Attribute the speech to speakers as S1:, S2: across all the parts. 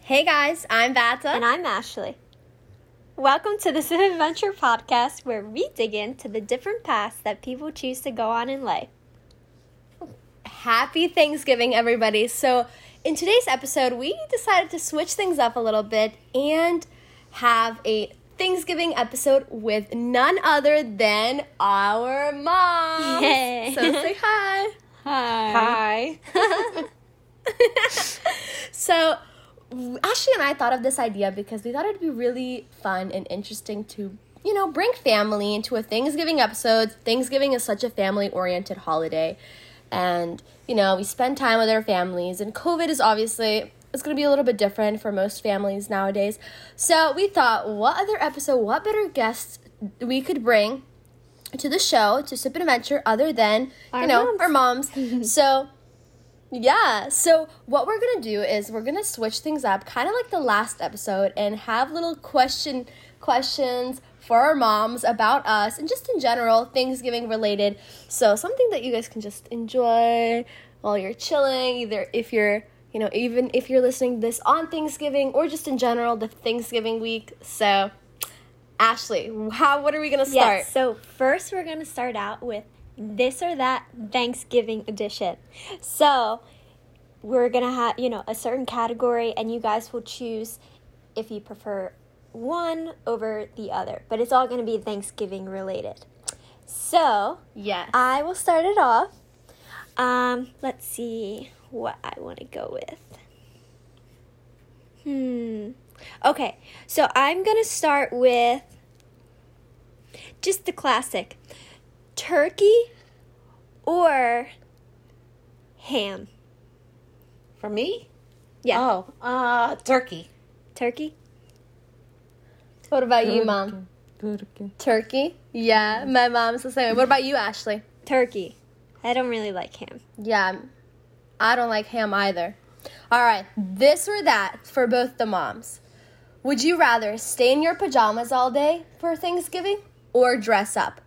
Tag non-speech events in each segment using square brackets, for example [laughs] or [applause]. S1: Hey guys, I'm Vata.
S2: And I'm Ashley. Welcome to the Sim [laughs] Adventure Podcast, where we dig into the different paths that people choose to go on in life.
S1: Happy Thanksgiving, everybody. So, in today's episode, we decided to switch things up a little bit and have a Thanksgiving episode with none other than our mom.
S2: Yay.
S1: So, say hi.
S2: Hi.
S1: [laughs] So, Ashley and I thought of this idea because we thought it'd be really fun and interesting to, you know, bring family into a Thanksgiving episode. Thanksgiving is such a family oriented holiday. And, you know, we spend time with our families, and COVID is obviously. It's gonna be a little bit different for most families nowadays. So, we thought, what other episode, what better guests we could bring to the show to Sip and Adventure other than,
S2: Our
S1: you know,
S2: moms.
S1: our
S2: [laughs]
S1: moms. so, yeah. So what we're gonna do is we're gonna switch things up, kind of like the last episode, and have little question questions for our moms about us and just in general Thanksgiving related. So something that you guys can just enjoy while you're chilling, either if you're you know even if you're listening to this on Thanksgiving or just in general the Thanksgiving week. So Ashley, how what are we gonna start?
S2: [laughs] Yes. So first, we're gonna start out with this or that Thanksgiving edition. So we're gonna have you know a certain category, and you guys will choose if you prefer one over the other. But it's all gonna be Thanksgiving related. So
S1: Yes.
S2: I will start it off. Um, let's see what I want to go with. Hmm. Okay, so I'm gonna start with just the classic turkey or ham.
S3: For me?
S2: Yeah,
S3: Oh, uh, turkey.
S2: turkey.
S1: what about you, mom? Turkey. Yeah, my mom's the same way. What about you, Ashley?
S2: Turkey. I don't really like
S3: [laughs]
S2: ham. [laughs]
S1: Yeah, I don't like ham either. All right, this or that for both the moms. Would you rather stay in your pajamas all day for Thanksgiving or dress up?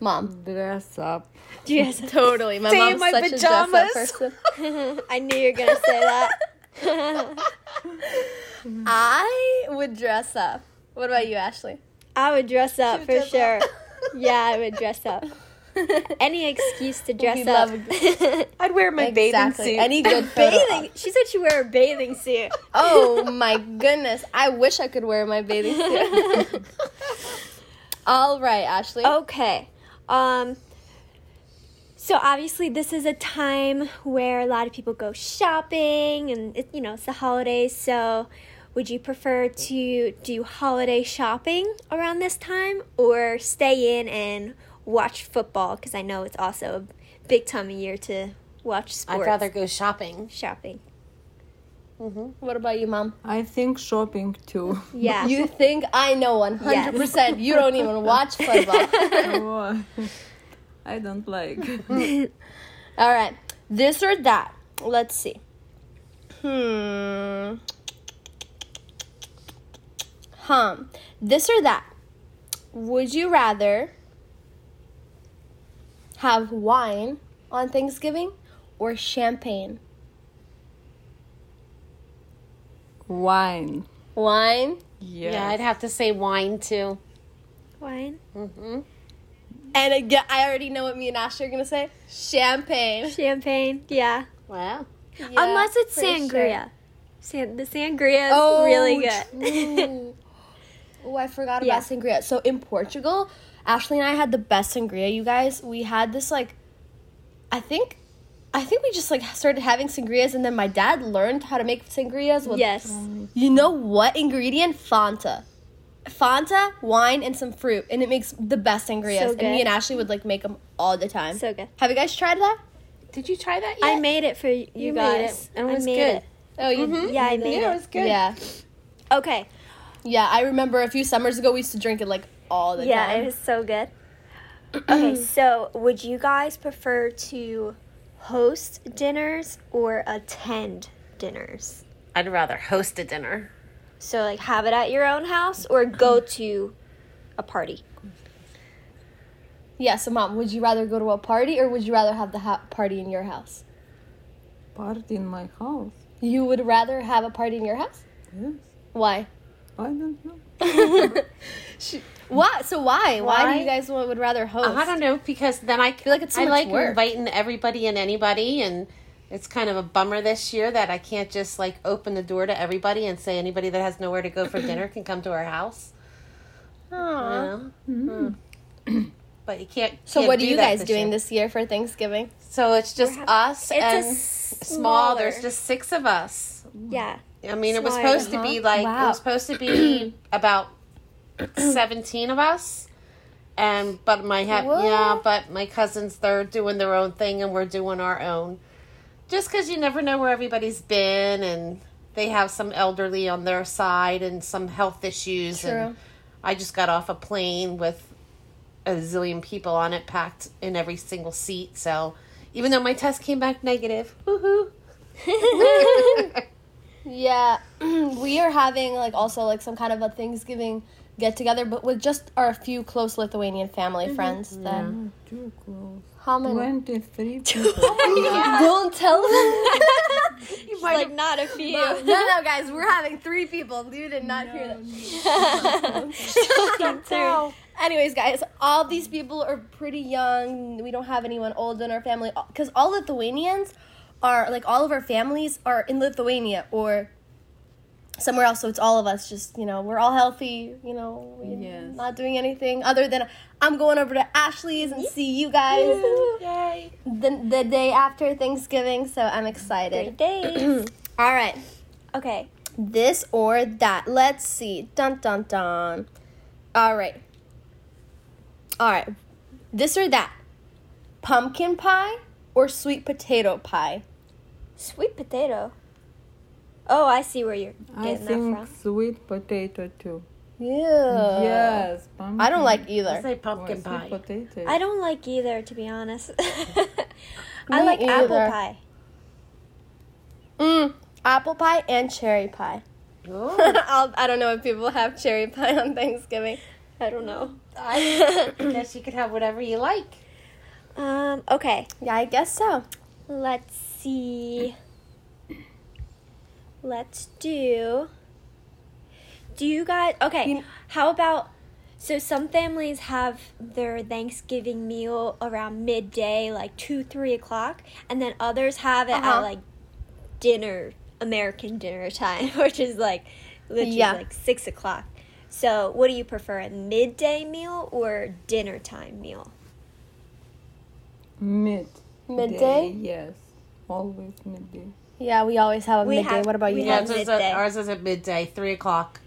S1: Mom.
S3: Dress up.
S2: Yes,
S1: Totally. My
S3: Stay in
S1: mom's
S3: my
S1: such a
S3: pajamas.
S1: dress up [laughs] person.
S2: I knew you were gonna say that.
S1: [laughs]
S3: [laughs]
S1: I would dress up. What about you, Ashley?
S2: I would dress up for [laughs]
S3: dress
S2: sure.
S3: up.
S2: [laughs] yeah, I
S1: [laughs]
S2: would dress up. Any excuse to dress
S1: We
S2: up.
S1: love a
S2: [laughs]
S3: I'd wear my
S1: exactly. Any good photo op.
S2: bathing. She said she wear a bathing suit.
S1: Oh my goodness. I wish I could wear my bathing suit. all right, Ashley.
S2: Oh. Okay. Um so obviously this is a time where a lot of people go shopping and it, you know, it's the holidays, so would you prefer to do holiday shopping around this time or stay in and watch football because I know it's also a big time of year to watch
S3: I'd
S2: sports.
S3: rather go shopping.
S2: shopping.
S1: What about you, mom?
S4: I think shopping
S3: [laughs]
S4: too. [laughs]
S2: Yeah.
S1: You think I know 100%. You don't even watch football.
S4: I don't like.
S1: All right. This or that. Let's see. Hmm. Hum. This or that. Would you rather have wine on Thanksgiving or champagne?
S4: Wine.
S1: Wine?
S4: Yes.
S3: Yeah, I'd have to say wine too. Mm-hmm.
S2: Wine.
S1: And again, I already know what me and Ashley are going to say. Champagne.
S2: Champagne. Yeah.
S3: Wow.
S1: Yeah,
S2: Unless it's
S1: for sure.
S2: sangria. San- the sangria is
S1: Oh,
S2: really good.
S1: true. oh, I forgot
S2: Yeah.
S1: about sangria. So in Portugal, Ashley and I had the best sangria, you guys. We had this like I think I think we just like started having sangrias and then my dad learned how to make sangrias with
S2: yes.
S1: you know what ingredient? Fanta. Fanta, wine, and some fruit, and it makes the best sangrias.
S2: So
S1: and me
S2: good.
S1: and Ashley would like make them all the time.
S2: So good.
S1: Have you guys tried that?
S3: Did you try that yet?
S2: I made it for you,
S3: Uh, You made
S2: guys.
S3: it, and it
S2: I
S3: was
S2: made
S3: good.
S2: it.
S1: Oh, you?
S2: Yeah, I made
S3: yeah, it
S2: it.
S3: was Mm-hmm. good.
S1: Yeah,
S2: Okay.
S1: yeah. I remember a few summers ago we used to drink it like all the
S2: yeah,
S1: time.
S2: it was so
S3: [clears throat]
S2: good. okay, so would you guys prefer to host dinners or attend dinners?
S3: I'd rather host a dinner.
S2: So like have it at your own house or
S3: [clears throat]
S2: go to a party?
S1: Yeah, so mom, would you rather go to a party or would you rather have the ha- party in your house?
S4: Party in my house.
S1: You would rather have a party in your house?
S4: Yes.
S3: [laughs]
S1: Why?
S4: I don't know.
S1: Why? So why? Why, do
S3: Why?
S1: you guys wa- would rather host?
S3: I don't know because then I feel
S1: like it's so
S3: I
S1: much
S3: like
S1: work.
S3: inviting everybody and anybody, and it's kind of a bummer this year that I can't just like open the door to everybody and say anybody that has nowhere to go for dinner can come to our house. you
S1: Aw.
S3: know? [clears throat] but you can't.
S1: Hmm. So
S3: can't
S1: what are you
S3: that
S1: guys doing
S3: year.
S1: this year for
S3: [laughs]
S1: Thanksgiving? [laughs]
S3: So it's just us
S2: It's a
S3: and small. There's
S2: smaller-
S3: just six of us.
S2: Yeah.
S3: I mean, it was
S2: Smaller,
S3: supposed to be like it
S1: Wow.
S3: was supposed to be [clears throat] about seventeen of us, and but my ha-
S1: What?
S3: yeah, but my cousins they're doing their own thing and we're doing our own. Just because you never know where everybody's been, and they have some elderly on their side and some health issues.
S1: True.
S3: And I just got off a plane with a zillion people on it, packed in every single seat. So even though my test came back negative,
S1: [laughs]
S3: woohoo! [laughs]
S1: Yeah, [clears throat] we are having like also like some kind of a Thanksgiving get together, but with just our few close Lithuanian family
S3: Mm-hmm.
S1: friends. Then
S4: Oh, too close.
S1: how many?
S4: 23 people.
S1: [laughs] Don't tell them.
S2: She's like not a few.
S1: no, no, guys, we're having three people. You did not hear that. [laughs] Anyways, guys, all these people are pretty young. We don't have anyone old in our family because all Lithuanians are like all of our families are in Lithuania or somewhere else. So it's all of us. Just you know, we're all healthy. You know, we're
S4: Yes.
S1: not doing anything other than I'm going over to Ashley's and see you guys
S3: Yay!
S1: the, the day after Thanksgiving. So I'm excited.
S2: Three days.
S1: All right,
S2: [clears throat] okay.
S1: this or that. Let's see. Dun dun dun. All right. All right. This or that. Pumpkin pie or sweet potato pie?
S2: Sweet potato. Oh, I see where you're
S4: I
S2: getting
S4: think
S2: that from.
S4: sweet potato too.
S1: Ew.
S4: yes. Pumpkin.
S1: Uh, I don't like
S3: I
S1: either.
S3: say pumpkin
S4: Sweet
S3: pie.
S4: potato.
S2: I don't like either, to be honest. [laughs]
S1: Me
S2: I like apple
S1: either.
S2: pie.
S1: Mm, apple pie and cherry pie. [laughs]
S3: Oh,
S1: I'll, I don't know if people have cherry pie on Thanksgiving.
S2: I don't know.
S3: [laughs] I guess you could have whatever you like.
S2: Um. Okay.
S1: Yeah, I guess so.
S2: Let's see. Let's do. Do you guys okay?
S1: You-
S2: how about so some families have their Thanksgiving meal around midday, like two, three o'clock, and then others have it
S1: Uh-huh.
S2: at like dinner, American dinner time, [laughs] which is like literally
S1: Yeah.
S2: like six o'clock. So, what do you prefer, a midday meal or dinner time meal?
S4: Mid.
S1: Midday?
S4: Yes. Always midday.
S1: Yeah, we always have a
S2: We
S1: midday.
S2: have-
S1: what about
S2: we
S1: you
S2: have
S1: guys?
S3: Ours is,
S2: midday.
S3: at, ours is at midday, three o'clock.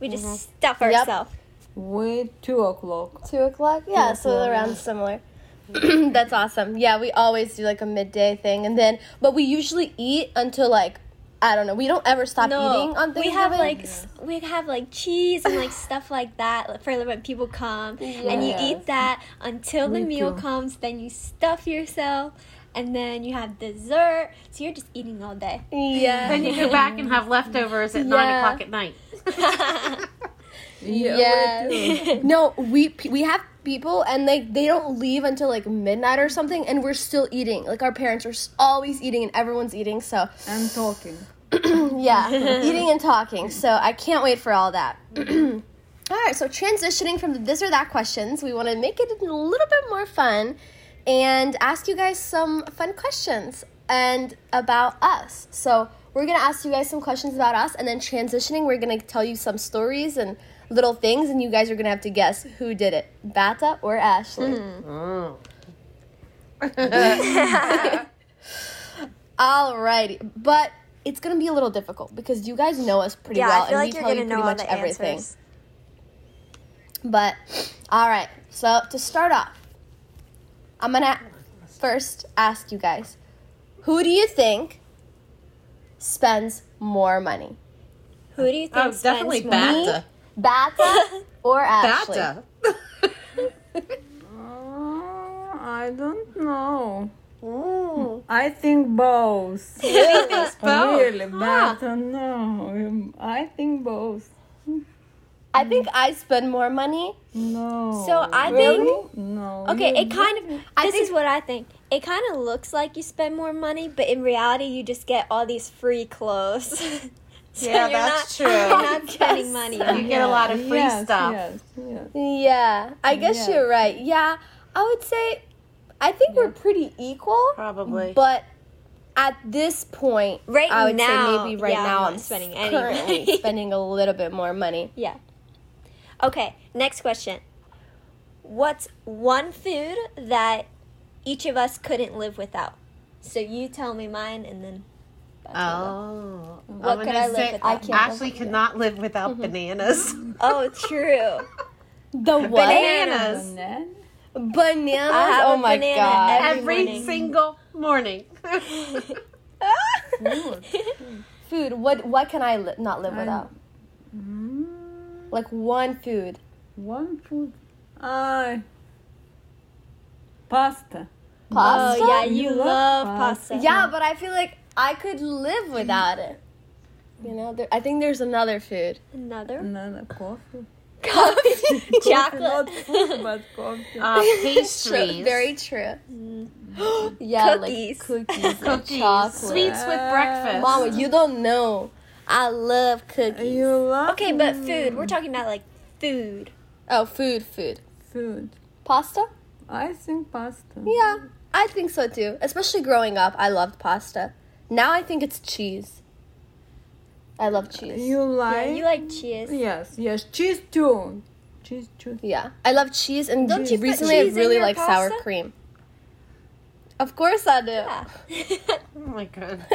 S2: We just stuff
S1: Mm-hmm. Yep.
S2: ourselves.
S4: Way two o'clock.
S1: Two o'clock? Yeah, so around similar. [clears throat] That's awesome. Yeah, we always do like a midday thing and then but we usually eat until like I don't know. We don't ever stop eating Oh, on Thanksgiving.
S2: we have like s we have like cheese and like stuff like that like, for when people come, and you eat that until the
S4: Me
S2: meal
S4: too.
S2: comes. Then you stuff yourself, and then you have dessert. So you're just eating all day. [laughs]
S1: Yeah.
S3: Then you go back and have leftovers at nine
S1: Yeah.
S3: o'clock at night.
S4: Yeah.
S1: Yes. no, we pe- we have people and like they don't leave until like midnight or something and we're still eating. Like our parents are s- always eating and everyone's eating, so
S4: I'm talking.
S1: [clears throat] Yeah, eating and talking. So I can't wait for all that. [clears throat] all right, so transitioning from the this or that questions, we want to make it a little bit more fun and ask you guys some fun questions and about us. So we're going to ask you guys some questions about us and then transitioning, we're going to tell you some stories and little things and you guys are going to have to guess who did it, Bata or Ashley. Alrighty, but it's gonna be a little difficult because you guys know us pretty well, and we tell you pretty much everything. But all right, so to start off, I'm gonna first ask you guys, who do you think spends more money,
S2: Who do you think?
S3: Oh,
S2: spends
S3: definitely
S2: more?
S3: Bata.
S1: Bata or Ashley?
S3: Bata.
S4: Uh, I don't know.
S3: Ooh.
S4: I think both.
S3: It's both.
S4: Really, but uh, no. um, I think both.
S1: I think I spend more money.
S4: No.
S2: So I
S4: Really?
S2: think-
S4: no.
S2: Okay,
S4: you-
S2: it kind of. This
S1: Mm-hmm. I think-
S2: is what I think. it kind of looks like you spend more money, but in reality, you just get all these free clothes. [laughs] So
S3: Yeah,
S2: you're
S3: that's
S2: not-
S3: true.
S2: You're not
S1: Yes.
S2: spending money.
S3: [laughs] You get a lot of free
S4: yes,
S3: stuff.
S4: Yes, yes.
S1: Yeah, I guess
S4: Yeah.
S1: you're right. Yeah, I would say I think we're pretty equal,
S3: Probably.
S1: but at this point,
S2: Right
S1: I would
S2: now,
S1: say maybe right
S2: yeah, I'm
S1: now
S2: not
S1: I'm
S2: spending any
S1: currently
S2: money. [laughs]
S1: spending a little bit more money.
S2: Yeah. Okay, next question. What's one food that each of us couldn't live without? So you tell me mine
S1: [laughs]
S2: and then
S3: oh.
S2: What could I live without?
S1: I can't live
S3: Ashley could not live without bananas. [laughs]
S2: Oh, true.
S1: [laughs] The what?
S3: bananas.
S4: Banana.
S1: Banana.
S2: I have
S1: Oh
S2: a
S1: my
S2: banana
S1: god.
S2: every
S3: Every
S2: morning.
S3: single [laughs] morning.
S2: [laughs]
S1: food. What? What can I li- not live
S4: I'm-
S1: without?
S4: Mm,
S1: Like one food.
S4: one food. Uh, pasta.
S1: Pasta.
S2: Oh, yeah, you,
S4: You
S2: love
S4: love
S2: pasta.
S1: Yeah, but I feel like I could live without it. You know, there, I think there's another food.
S2: Another
S4: Another coffee.
S1: [laughs]
S2: coffee.
S4: Not food,
S2: Chocolate.
S4: but
S3: [laughs]
S4: coffee.
S3: uh, pastries.
S1: True, very true. [gasps] yeah,
S2: Mm-hmm. Cookies.
S1: like cookies, and
S3: Cookies.
S1: chocolate.
S3: Sweets with breakfast.
S1: Mama, you don't know. I love cookies.
S4: You love
S2: Okay, but food. We're talking about like food.
S1: Oh, food, food.
S4: food.
S1: Pasta?
S4: I think pasta.
S1: Yeah, I think so too. Especially growing up, I loved pasta. Now I think it's cheese. I love cheese.
S4: You
S2: Yeah,
S4: like?
S2: you like cheese.
S4: Yes, yes. Cheese too. Cheese too.
S1: Yeah, I love cheese, and
S2: Don't you put
S1: recently
S2: cheese
S1: I
S2: in
S1: really
S2: your
S1: like sour
S2: pasta?
S1: cream. Of course I do.
S2: Yeah. [laughs]
S3: Oh my god.
S1: [laughs]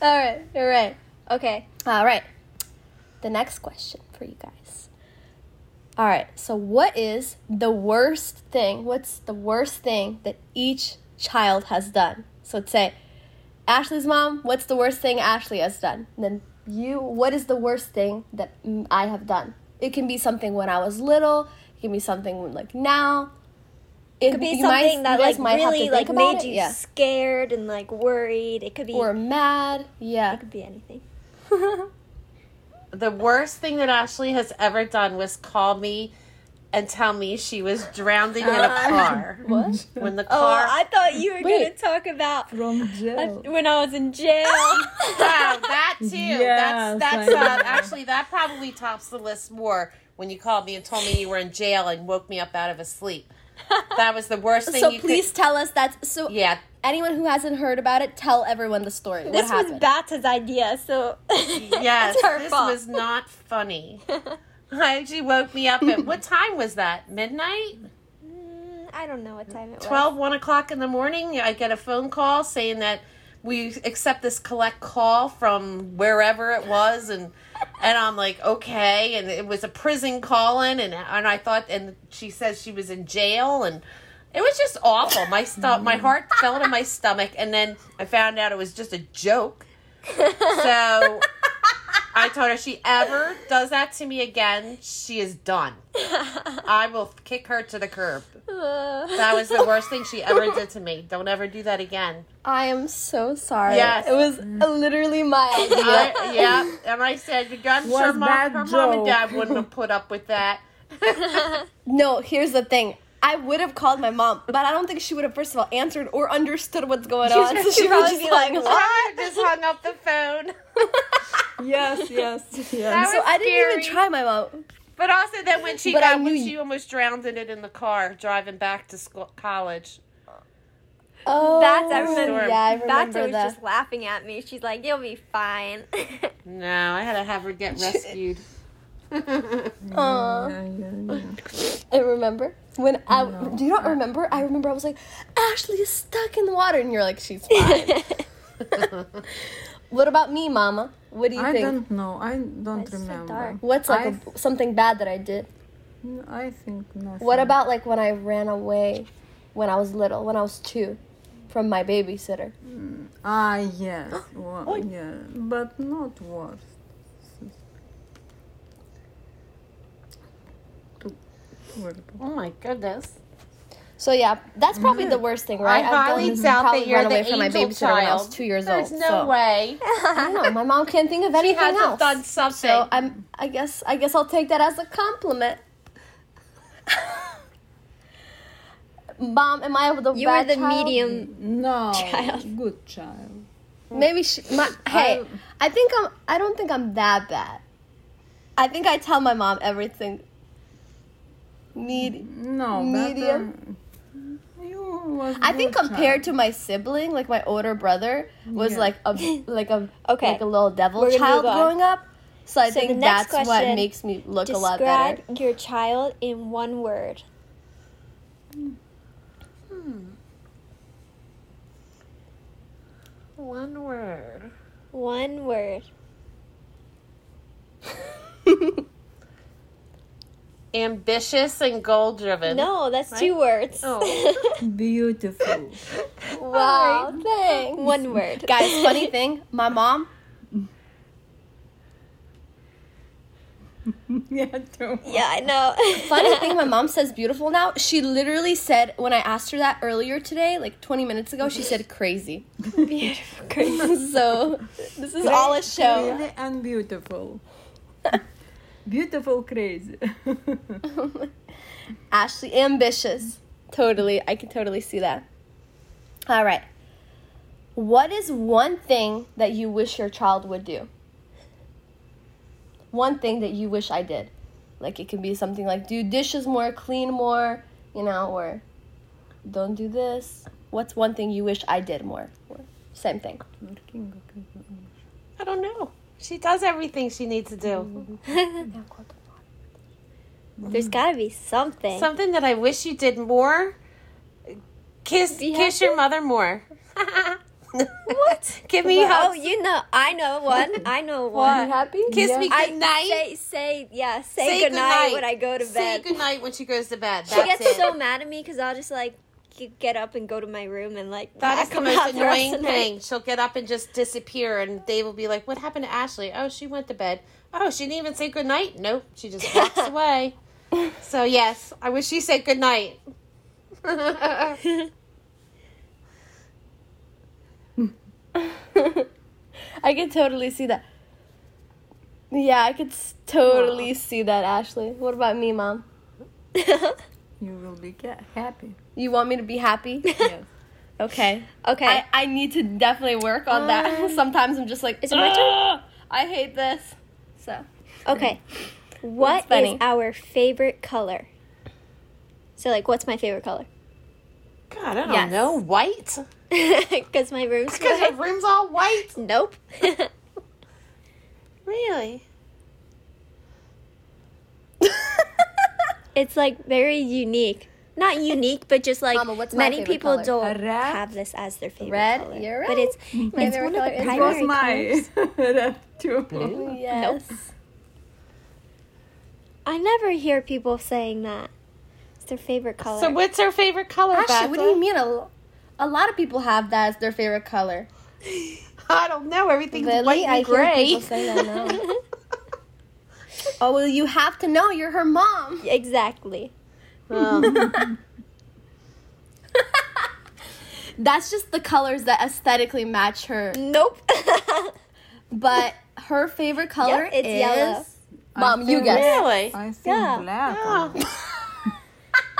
S1: All right, all right,
S2: okay.
S1: all right. The next question for you guys. All right, so what is the worst thing? What's the worst thing that each child has done? So let's say, Ashley's mom, what's the worst thing Ashley has done? And then you, what is the worst thing that mm, I have done? It can be something when I was little. It can be something like now. It
S2: Could be
S1: you might-
S2: something
S1: you
S2: that
S1: guys
S2: like
S1: might have to
S2: really
S1: think
S2: like
S1: about
S2: made
S1: it,
S2: you
S1: yeah.
S2: scared and like worried. It could be
S1: or mad. Yeah.
S2: it could be anything.
S3: [laughs] The worst thing that Ashley has ever done was call me and tell me she was drowning in a car.
S1: What?
S3: When the
S2: Oh,
S3: car.
S2: I thought you were going to
S1: Wait.
S2: talk
S1: [laughs]
S2: about
S4: From jail.
S2: when I was in jail.
S3: [laughs] [laughs] Wow, that too.
S4: Yes,
S3: that's
S4: I
S3: that's uh,
S4: know.
S3: actually that probably tops the list more. When you called me and told me you were in jail and woke me up out of a sleep, that was the worst thing.
S1: So
S3: you
S1: please tell us that. So
S3: could, yeah,
S1: anyone who hasn't heard about it, tell everyone the story. what
S2: this was
S1: happened?
S2: Bata's idea, so [laughs]
S3: yes,
S2: it's her
S3: this
S2: fault. Mm,
S3: was not funny. [laughs] She woke me up at what time was that? Midnight.
S2: Mm, I don't know what time it
S3: 12, 1 o'clock in the morning, I get a phone call saying that we accept this collect call from wherever it was. And, and I'm like, okay. And it was a prison calling. And, and I thought, and she says she was in jail. And it was just awful. My, stu- my heart fell to my stomach. And then I found out it was just a joke. So I told her if she ever does that to me again, she is done.
S2: [laughs]
S3: I will kick her to the curb.
S2: was. Uh,
S3: That was the worst thing she ever did to me. Don't ever do that again.
S1: I am so sorry.
S3: Yes.
S1: It was literally my idea. [laughs]
S3: I, yeah, and I said, I'm sure
S4: Was
S3: mom,
S4: bad
S3: her mom and
S4: joke.
S3: dad wouldn't have put up with [laughs] that.
S2: [laughs]
S1: No, here's the thing. I would have called my mom, but I don't think she would have first of all answered or understood what's going on. So she would
S2: probably
S1: just
S2: be
S1: be
S2: like,
S1: like,
S3: I just hung up the phone.
S1: [laughs]
S4: Yes, yes, yes.
S3: That
S1: So
S3: was
S1: I didn't even
S3: scary.
S1: try my mom.
S3: But also, then when she
S1: But I
S3: got, when
S1: knew you-
S3: she almost drowned in it in the car driving back to school, college.
S1: Oh,
S2: Bats, I remember.
S3: Storm.
S1: Yeah, I
S2: Bata
S1: remember
S2: was
S1: that.
S2: just laughing at me. She's like, "You'll be [laughs] fine."
S3: No, I had to have
S1: [laughs]
S3: her get [laughs] rescued. Oh
S1: Aw.
S4: Yeah, yeah, yeah.
S1: I remember when I. Do you not remember? I remember I was like, Ashley is stuck in the water, and you're like, she's fine. [laughs] what about me, Mama? What do you
S4: I
S1: think?
S4: don't know. I don't
S2: it's so dark.
S4: remember.
S1: What's like
S4: I
S1: a- something bad that I did?
S4: th- I think nothing.
S1: What about like when I ran away when I was little, when I was two, from my babysitter?
S4: Ah,
S1: [gasps]
S4: yes.
S1: Oh.
S4: Well, yeah, but not worse.
S3: Oh my goodness!
S1: So yeah, that's probably the worst thing, right?
S3: I highly
S1: done-
S3: doubt
S1: probably
S3: that you're
S1: ran
S3: the
S1: away
S3: angel
S1: from my babysitter
S3: child.
S1: when I was two years
S3: There's
S1: old.
S3: no
S1: so.
S3: way.
S1: I don't know. My mom can't think
S3: [laughs]
S1: of anything
S3: Hasn't
S1: else.
S3: done something.
S1: so I'm. I guess. I
S3: [laughs]
S1: guess I'll take that as a compliment. Mom, am I the
S2: You were
S1: bad
S2: the
S1: child?
S2: medium
S4: No,
S2: Child.
S4: good child.
S1: Maybe she, my, hey, I think I'm. I don't think I'm that bad. I think I tell my mom everything. Need.
S4: No,
S1: Medium.
S4: but um, you was.
S1: I think
S4: good
S1: compared
S4: child.
S1: to my sibling, like my older brother was
S4: Yeah.
S1: like
S2: [laughs]
S1: a like a
S2: Okay.
S1: like a little devil
S2: We're gonna
S1: child
S2: move on.
S1: growing up. So I
S2: So the
S1: think
S2: next
S1: that's
S2: question,
S1: what makes me look a lot better.
S2: Describe your child in one word.
S3: One word.
S2: One word.
S3: Ambitious and goal driven.
S2: No, that's two words. [laughs]
S3: Oh.
S4: beautiful.
S1: [laughs]
S4: [laughs]
S1: wow, thanks.
S2: one word.
S1: Guys,
S2: [laughs]
S1: funny thing, my mom,
S4: yeah, too.
S2: Yeah, I [laughs] know.
S1: funny thing, my mom says beautiful now. She literally said, when I asked her that earlier today, like 20 minutes ago, she said crazy.
S2: Beautiful. Great.
S1: [laughs] so this is all a show.
S4: Really and beautiful. beautiful, crazy.
S1: Ashley, ambitious. Totally. I can totally see that. All right. What is one thing that you wish your child would do? One thing that you wish I did. Like it could be something like do dishes more, clean more, you know, or don't do this. What's one thing you wish I did more? Or Same thing. [laughs]
S3: I don't know. She does everything she needs to
S2: Mm-hmm.
S3: do.
S2: There's gotta be something.
S3: Something that I wish you did more. Kiss
S2: Be
S3: kiss
S2: happy?
S3: your
S2: [laughs]
S3: mother more. what? Give me
S2: oh,
S3: hugs.
S2: you know, I know one. I know one.
S1: happy?
S3: Kiss me
S2: I
S3: good night.
S2: Say, say, yeah, say, goodnight, when I go to
S3: Say
S2: bed.
S3: good night when she goes to bed.
S2: she
S3: That's
S2: gets
S3: it.
S2: so mad at me because I'll just like g- get up and go to my room and like.
S3: That
S2: ask [laughs]
S3: is the
S2: them out
S3: most
S2: the rest
S3: annoying
S2: of the night.
S3: thing. She'll get up and just disappear, and Dave will be like, "What happened to Ashley? Oh, she went to bed. Oh, she didn't even say good night. Nope, she just
S2: [laughs]
S3: walks away." So yes, I wish she said
S2: [laughs]
S3: good night.
S1: I could totally see that. Yeah, I could s- totally see that, Ashley. What about me, Mom?
S2: [laughs]
S4: You will be ca- happy.
S1: You want me to be happy?
S4: Yes.
S1: [laughs] Okay. Um,
S2: Okay.
S1: I, I need to definitely work on that. [laughs] Sometimes I'm just like,
S2: Is it my turn?
S1: "Ugh, I hate this. So,
S2: Okay. What is
S1: funny.
S2: our favorite color? So, like, what's my favorite color?
S3: God, I don't
S1: Yes.
S3: know. White?
S2: [laughs] Because my room's
S3: Because
S2: white.
S3: her room's all white.
S2: Nope. [laughs]
S3: Really?
S2: it's like very unique. Not unique, but just like
S1: Mama, what's my
S2: many
S1: favorite
S2: people
S1: color?
S2: don't
S4: A red?
S2: have this as their favorite
S1: Red?
S2: color.
S1: You're
S2: But
S1: right.
S2: it's
S1: My
S2: it's
S1: favorite
S2: one of
S1: color
S2: the
S1: is
S4: It
S2: primary
S4: was
S2: colors.
S4: my [laughs] red too. Blue.
S1: yes.
S2: I never hear people saying that. It's their favorite color.
S3: So what's her favorite color?
S1: Ashley, what do
S3: Becca?
S1: you mean? A, lo- a lot of people have that as their favorite color.
S3: [laughs] I don't know. Everything's
S1: Really?
S3: white
S1: I
S3: and
S1: hear
S3: gray.
S1: people say that
S3: [laughs]
S1: now. oh, well, you have to know. You're her mom.
S2: exactly.
S3: Oh.
S1: [laughs] That's just the colors that aesthetically match her.
S2: Nope. [laughs]
S1: But her favorite color
S2: it's
S1: is [laughs]
S2: yellow.
S1: Mom,
S4: I
S1: you
S4: think-
S1: guess.
S3: really?
S4: I think
S2: Yeah.
S4: black.
S3: [laughs]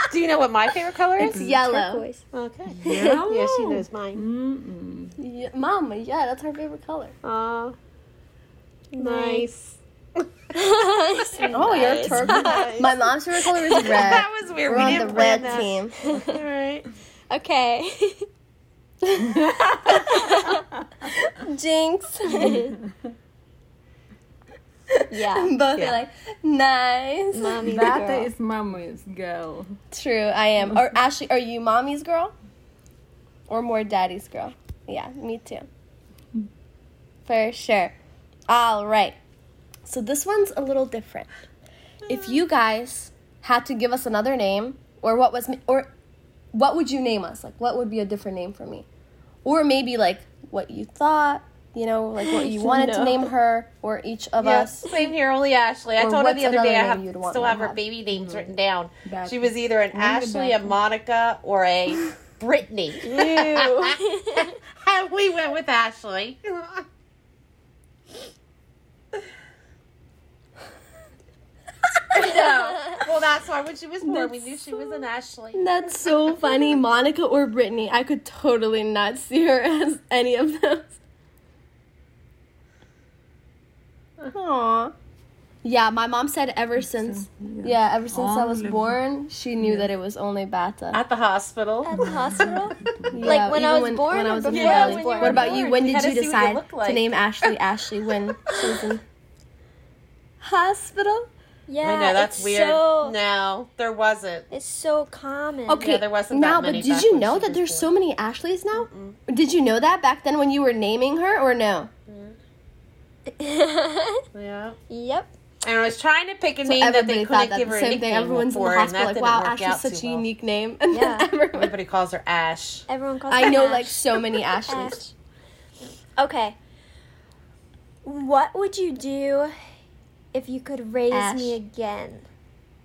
S3: Oh. do you know what my favorite color
S1: It's
S3: is?
S1: yellow.
S2: Turquoise.
S3: Okay.
S4: Yellow?
S3: Yeah, she knows mine.
S4: Mm-mm.
S1: Yeah, Mom, yeah, that's her favorite color.
S3: Aw.
S1: [laughs]
S3: Nice.
S1: Oh, you're
S3: Nice.
S1: turquoise.
S2: [laughs]
S3: Nice.
S1: My mom's favorite [laughs] color is red.
S3: [laughs] that was weird.
S1: We're
S3: we
S1: on
S3: didn't
S1: the
S3: plan
S1: red
S3: that.
S1: team.
S3: [laughs] All right.
S2: okay.
S1: [laughs] Jinx.
S2: [laughs] yeah.
S1: [laughs] Both
S3: Yeah.
S1: are like, nice.
S2: Mommy
S4: [laughs] That
S2: girl.
S4: is mommy's girl.
S1: True, I am.
S3: Mm-hmm.
S1: Or Ashley, are you mommy's girl? Or more daddy's girl? Yeah, me too. For sure. All right. So this one's a little different.
S3: Mm.
S1: If you guys had to give us another name, or what was, or what would you name us? Like, what would be a different name for me? Or maybe like what you thought, you know, like what
S3: [laughs]
S1: you wanted
S3: No.
S1: to name her, or each of
S3: Yeah, [laughs]
S1: us. [laughs]
S3: same here. Only Ashley. I
S1: Or
S3: told her
S1: what's
S3: the other day I
S1: another
S3: have
S1: name you'd want
S3: still
S1: me to
S3: have her
S1: have?
S3: baby names written down.
S4: Back-
S3: She was either an
S4: Only
S3: Ashley, a
S4: Becky.
S3: Monica, or
S1: [laughs]
S3: a Brittany. and [laughs] we went with Ashley.
S1: No.
S3: Well, that's why when she was born, we knew she was an Ashley.
S1: That's so funny. Monica or Brittany. I could totally not see her [laughs] as any of those. Aww. Yeah, my mom said ever since. Yeah, ever since I was
S4: Only-
S1: born, she knew that it was only Bata.
S3: At the hospital.
S2: At the hospital?
S1: Yeah,
S2: like when I
S1: even
S2: was born
S1: When I
S2: or
S1: was in
S2: before I
S1: Valley.
S2: was
S1: What
S2: born?
S1: about you? When
S3: We
S1: did
S3: had
S1: you
S3: to see what you
S1: decide
S3: looked like.
S1: to name Ashley Ashley when she was [laughs] in hospital?
S2: Yeah,
S3: I know that's
S2: it's
S3: weird.
S2: So,
S3: No, there wasn't.
S2: It's so common.
S1: Okay,
S3: there wasn't
S1: now,
S3: that many
S1: but did
S3: back
S1: you
S3: when
S1: know
S3: she
S1: that
S3: was
S1: there's
S3: born.
S1: so many Ashleys now? Did you know that back then when you were naming her, or no?
S3: Yeah.
S2: [laughs] yep.
S3: And I was trying to pick a name that they
S1: Everybody thought
S3: couldn't
S1: that
S3: give
S1: the
S3: her a
S1: same
S3: nickname
S1: thing. Everyone's in the
S3: for, and
S1: hospital
S3: that
S1: like,
S3: didn't
S1: wow,
S3: work
S1: Ashley's
S3: out
S1: such
S3: too
S1: a
S3: well.
S1: unique name. [laughs] And
S2: Yeah.
S1: then everyone,
S3: Everybody calls her Ash.
S2: Everyone
S1: [laughs]
S2: calls
S1: I
S2: me
S1: know
S2: Ash.
S1: like so
S3: [laughs]
S1: many Ashleys.
S2: Ash. Okay. What would you do if you could raise
S1: Ash.
S2: me again?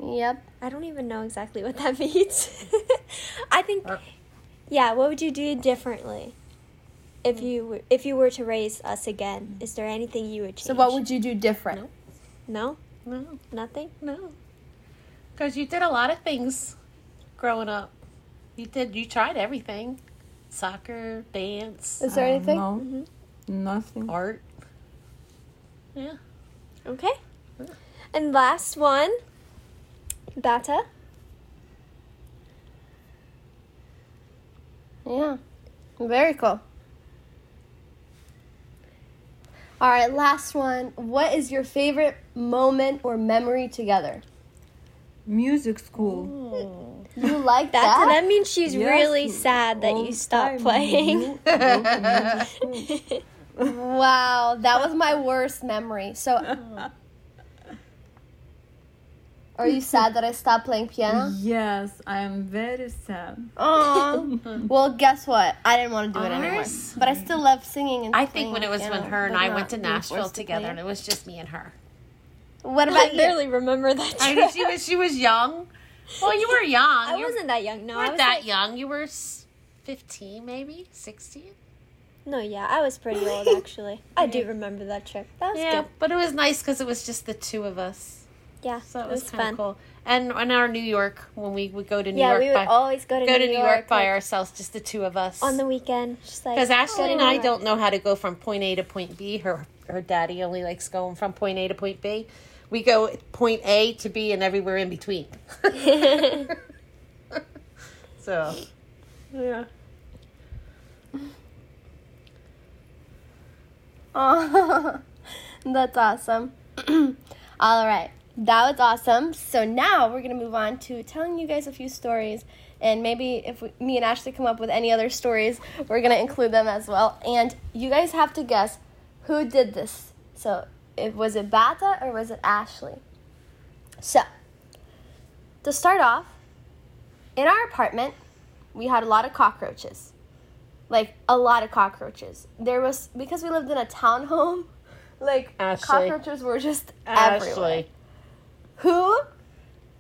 S1: Yep.
S2: I don't even know exactly what that [laughs] means. I think
S3: Uh.
S2: yeah, what would you do differently?
S1: Hmm.
S2: If you were- if you were to raise us again, is there anything you would change?
S1: So what would you do different?
S2: No?
S3: No,
S2: Nothing?
S3: no. Because you did a lot of things growing up. You did. You tried everything: soccer, dance,
S1: Is there
S4: Uh,
S1: anything?
S4: No, nothing.
S3: art. Yeah.
S2: Okay. And last one. Bata.
S1: Yeah. Very cool. All right, last one. What is your favorite moment or memory together?
S4: Music school.
S3: [laughs]
S1: You like
S2: Bata,
S1: that?
S2: that means she's
S4: Yes,
S2: really sad that
S4: all
S2: you
S4: the
S2: stopped
S4: time.
S2: playing.
S4: You go to music school.
S2: [laughs]
S1: Wow, that was my worst memory. So,
S4: [laughs]
S1: are you sad that I stopped playing [laughs] piano?
S4: Yes, I am very sad.
S1: Oh, [laughs] well, guess what? I didn't want to do it anymore.
S3: Ours?
S1: But I still love singing and
S3: I
S1: playing
S3: think when it was when
S1: piano,
S3: her and
S1: but
S3: I
S1: not
S3: went to
S1: being forced
S3: Nashville
S1: play
S3: together,
S1: it.
S3: and it was just me and her.
S1: What
S2: I
S1: about you?
S2: barely remember that.
S3: I mean,
S2: trip.
S3: she was she was young. Well, you were young.
S2: [laughs] I
S3: You
S2: wasn't that young. No, I
S3: weren't
S2: was
S3: that
S2: like-
S3: young. You were s- fifteen, maybe sixteen.
S2: no, yeah, I was pretty
S3: [laughs]
S2: old actually. I do remember that trip. That was
S3: Yeah,
S2: good.
S3: but it was nice because it was just the two of us,
S2: Yeah,
S3: so it,
S2: it
S3: was,
S2: was,
S3: kind
S2: fun.
S3: of cool. And on our New York, when we would go to New
S2: yeah,
S3: York,
S2: we would
S3: by,
S2: always go to
S3: go
S2: New,
S3: to New York by
S2: like,
S3: ourselves, just the two of us.
S2: on the weekend. Just like
S3: because Ashley
S2: go to
S3: and
S2: New
S3: I
S2: York.
S3: don't know how to go from point A to point B. Her her daddy only likes going from point A to point B. We go point A to B and everywhere in between. [laughs] so, yeah.
S1: Oh, [laughs] that's awesome. [clears throat] All right, that was awesome. So now we're gonna move on to telling you guys a few stories, and maybe if we, me and Ashley come up with any other stories, we're gonna include them as well. And you guys have to guess who did this. So, it was it Bata or was it Ashley? So, to start off, in our apartment, we had a lot of cockroaches like a lot of cockroaches. There was because we lived in a townhome, like
S3: Ashley.
S1: cockroaches were just everywhere.
S3: Ashley.
S1: Who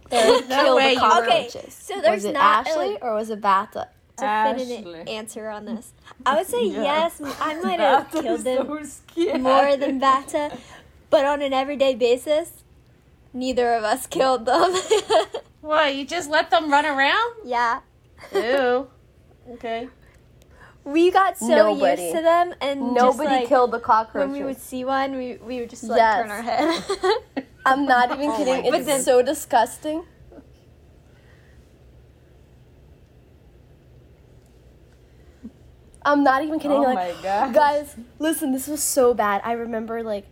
S1: killed
S3: No
S1: the
S3: way you were.
S1: cockroaches?
S2: Okay, so
S1: was
S2: there's
S1: it
S2: not a-
S1: Ashley or was it Bata?
S2: definitive
S4: Ashley.
S2: answer on
S3: [laughs]
S2: this. I would say yes. I might have
S4: That
S2: killed
S4: is
S2: them
S4: so
S2: [laughs]
S4: scary.
S2: more than Bata, but on an everyday basis, neither of us killed them. [laughs]
S3: Why you just let them run around?
S2: yeah.
S3: Ew. Okay.
S2: We got so
S1: Nobody.
S2: used to them, and just,
S1: Nobody
S2: like,
S1: killed the cockroaches.
S2: When we would see one, we, we would just like
S1: Yes.
S2: turn our head.
S1: [laughs] I'm
S4: [laughs] Oh
S1: not even kidding. It's
S2: goodness.
S1: so disgusting. I'm not even kidding.
S4: Oh
S1: like,
S4: my gosh.
S1: guys, listen, this was so bad. I remember like,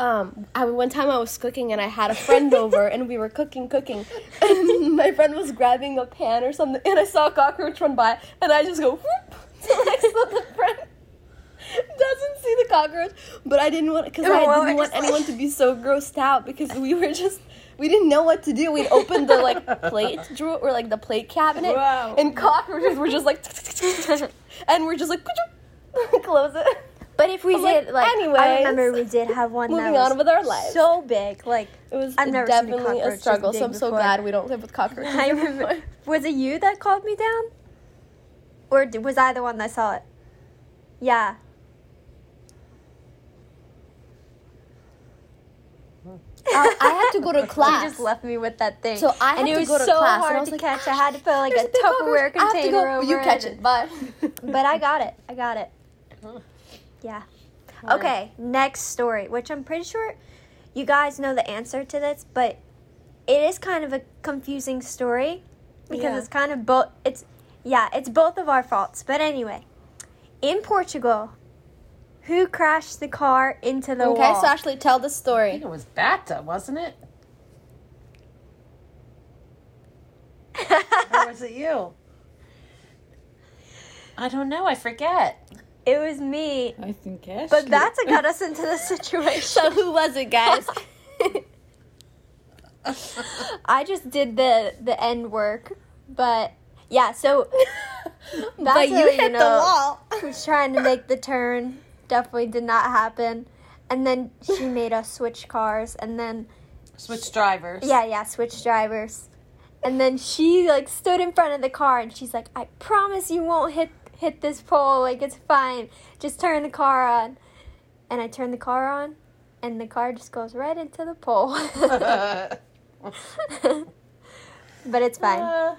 S1: um, I one time I was cooking and I had a
S4: [laughs]
S1: friend over and we were cooking, cooking, and [laughs] my friend was grabbing a pan or something and I saw a cockroach run by and I just go whoop [laughs] to my next little friend. [laughs] Doesn't see the cockroach, but I didn't want because I
S2: well,
S1: didn't
S2: we're
S1: want
S2: just like-
S1: anyone to be so grossed out because we were just we didn't know what to do. We'd open the
S2: [laughs]
S1: like plate drawer or like the plate cabinet,
S4: Wow.
S1: and cockroaches were just
S2: [laughs]
S1: like, and we're just like [laughs] close it.
S2: But if we
S1: I'm like,
S2: did, like, I
S1: anyways.
S2: remember we did have one that
S1: Moving
S2: was
S1: on with our lives.
S2: so big.
S1: [laughs]
S2: Like,
S1: It was
S2: I've never seen a
S1: definitely a
S2: cockroach this
S1: struggle, so
S2: big
S1: I'm so
S2: before.
S1: glad we don't
S2: [laughs]
S1: live with cockroaches.
S2: I remember. Was it you that called me down, or d- was I the one that saw it? Yeah.
S1: I had to go
S2: [laughs]
S1: to class.
S2: She just left me with that thing.
S1: So I had
S2: and it
S1: to
S2: was
S1: go to
S2: so
S1: class, and
S2: hard
S1: I was
S2: to
S1: like, "Ah,
S2: catch. I had to put like
S1: There's
S2: a
S1: big
S2: Tupperware
S1: cockroach. I have to
S2: container
S1: go-
S2: over
S1: You catch
S2: and-
S1: it,
S2: [laughs]
S1: but
S2: but I got it. I got it. Yeah. Okay, next story, which I'm pretty sure you guys know the answer to this, but it is kind of a confusing story because
S1: Yeah.
S2: it's kind of both it's yeah, it's both of our faults. But anyway, in Portugal, who crashed the car into the
S1: okay.
S2: wall?
S1: So actually, tell the
S3: I think
S1: story.
S3: it was Bata, wasn't it? Or was it you? I don't know. I forget.
S2: [laughs] it was me.
S4: [laughs] I think Ashley.
S2: But that's what got us into the situation.
S1: [laughs] So who was it, guys?
S2: [laughs] I just did the the end work, but yeah, so
S1: [laughs] but you
S2: how you
S1: hit the
S2: know.
S1: wall.
S2: was trying to make the turn. Definitely did not happen. And then she made us switch cars. And then,
S3: Switch drivers.
S2: yeah, yeah, switch drivers. And then she like stood in front of the car and she's like, "I promise you won't hit hit this pole. Like it's fine. Just turn the car on." And I turned the car on, and the car just goes right into the pole. [laughs]
S3: Uh,
S2: but it's fine.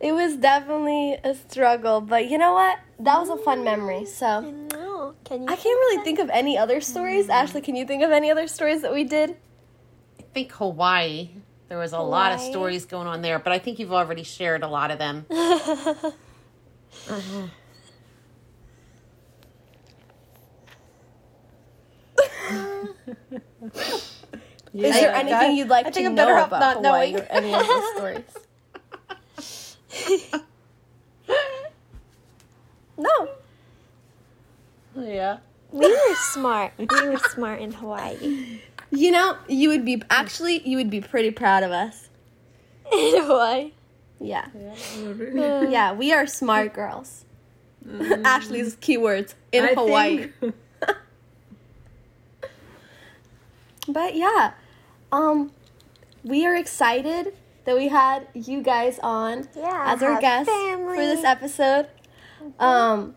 S1: It was definitely a struggle, but you know what? That was a fun memory. So
S2: No, can you?
S1: I can't really think of any other stories. Ashley, can you think of any other stories that we did?
S3: I think Hawaii. There was a lot of
S2: Hawaii.
S3: stories going on there, but I think you've already shared a lot of them.
S1: Is there
S3: I-
S1: anything
S3: I-
S1: you'd like
S3: I think
S1: to
S3: I'm
S1: know
S3: better off
S1: about
S3: not
S1: Hawaii
S3: knowing.
S1: or any of the stories? [laughs] No.
S3: yeah.
S2: [laughs] we were smart. We were smart in Hawaii.
S1: You know, you would be actually you would be pretty proud of us.
S2: [laughs] In Hawaii.
S1: Yeah.
S4: Oh, really?
S1: [laughs] Yeah, we are smart girls. [laughs] Ashley's keywords in
S4: Mm. I
S1: Hawaii.
S4: [laughs] think-
S1: But yeah, um, we are excited that we had you guys on
S2: Yeah.
S1: as our
S2: have Mm-hmm.
S1: guests for this episode. Um,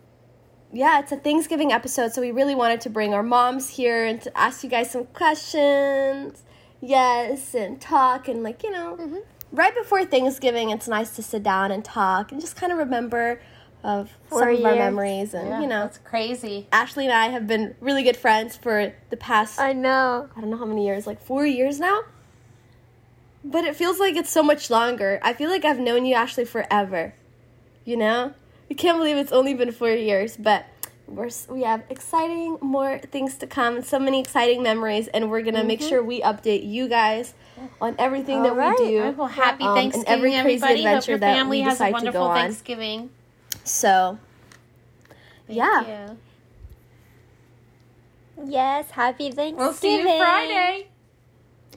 S1: yeah, it's a Thanksgiving episode, so we really wanted to bring our moms here and to ask you guys some questions. Yes, and talk and like you know,
S2: Mm-hmm.
S1: right before Thanksgiving, it's nice to sit down and talk and just kind of remember of
S2: For
S1: some
S2: a
S1: of our
S2: year.
S1: memories and you know.
S3: That's crazy.
S1: Ashley and I have been really good friends for the past
S2: I know.
S1: I don't know how many years, like four years now. But it feels like it's so much longer. I feel like I've known you, Ashley, forever. You know? I can't believe it's only been four years, but we're, s- we have exciting more things to come, so many exciting memories, and we're gonna
S3: Mm-hmm.
S1: make sure we update you guys on everything that
S2: Alright,
S1: we do.
S3: Well, happy
S1: Um, and every
S3: Thanksgiving,
S1: crazy
S3: everybody. Hope
S1: adventure
S3: your
S1: that
S3: family
S1: we
S3: has
S1: decide
S3: a
S1: to
S3: wonderful
S1: go on.
S3: Thanksgiving.
S1: So,
S3: Thank
S1: yeah.
S3: you.
S2: Yes, happy Thanksgiving.
S3: We'll see you Friday.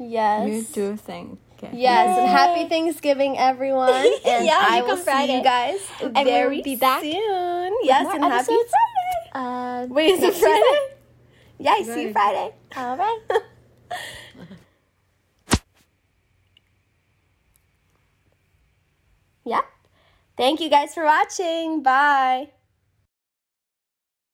S1: Yes.
S4: You too, thank you.
S1: Yes, and
S2: Yay.
S1: happy Thanksgiving, [laughs] everyone. And
S2: Yeah,
S1: I
S2: you
S1: will
S2: come
S1: see
S2: Friday.
S1: you guys
S2: we'll
S1: very
S2: be back
S1: soon. Yes,
S2: more
S1: and happy
S2: episodes.
S1: Friday.
S2: Uh,
S1: Wait, is [laughs] it
S2: next season.
S1: Friday? Yeah, I see you
S4: Right.
S1: Friday.
S2: All [laughs] right.
S1: Yeah. Thank you guys for watching. Bye.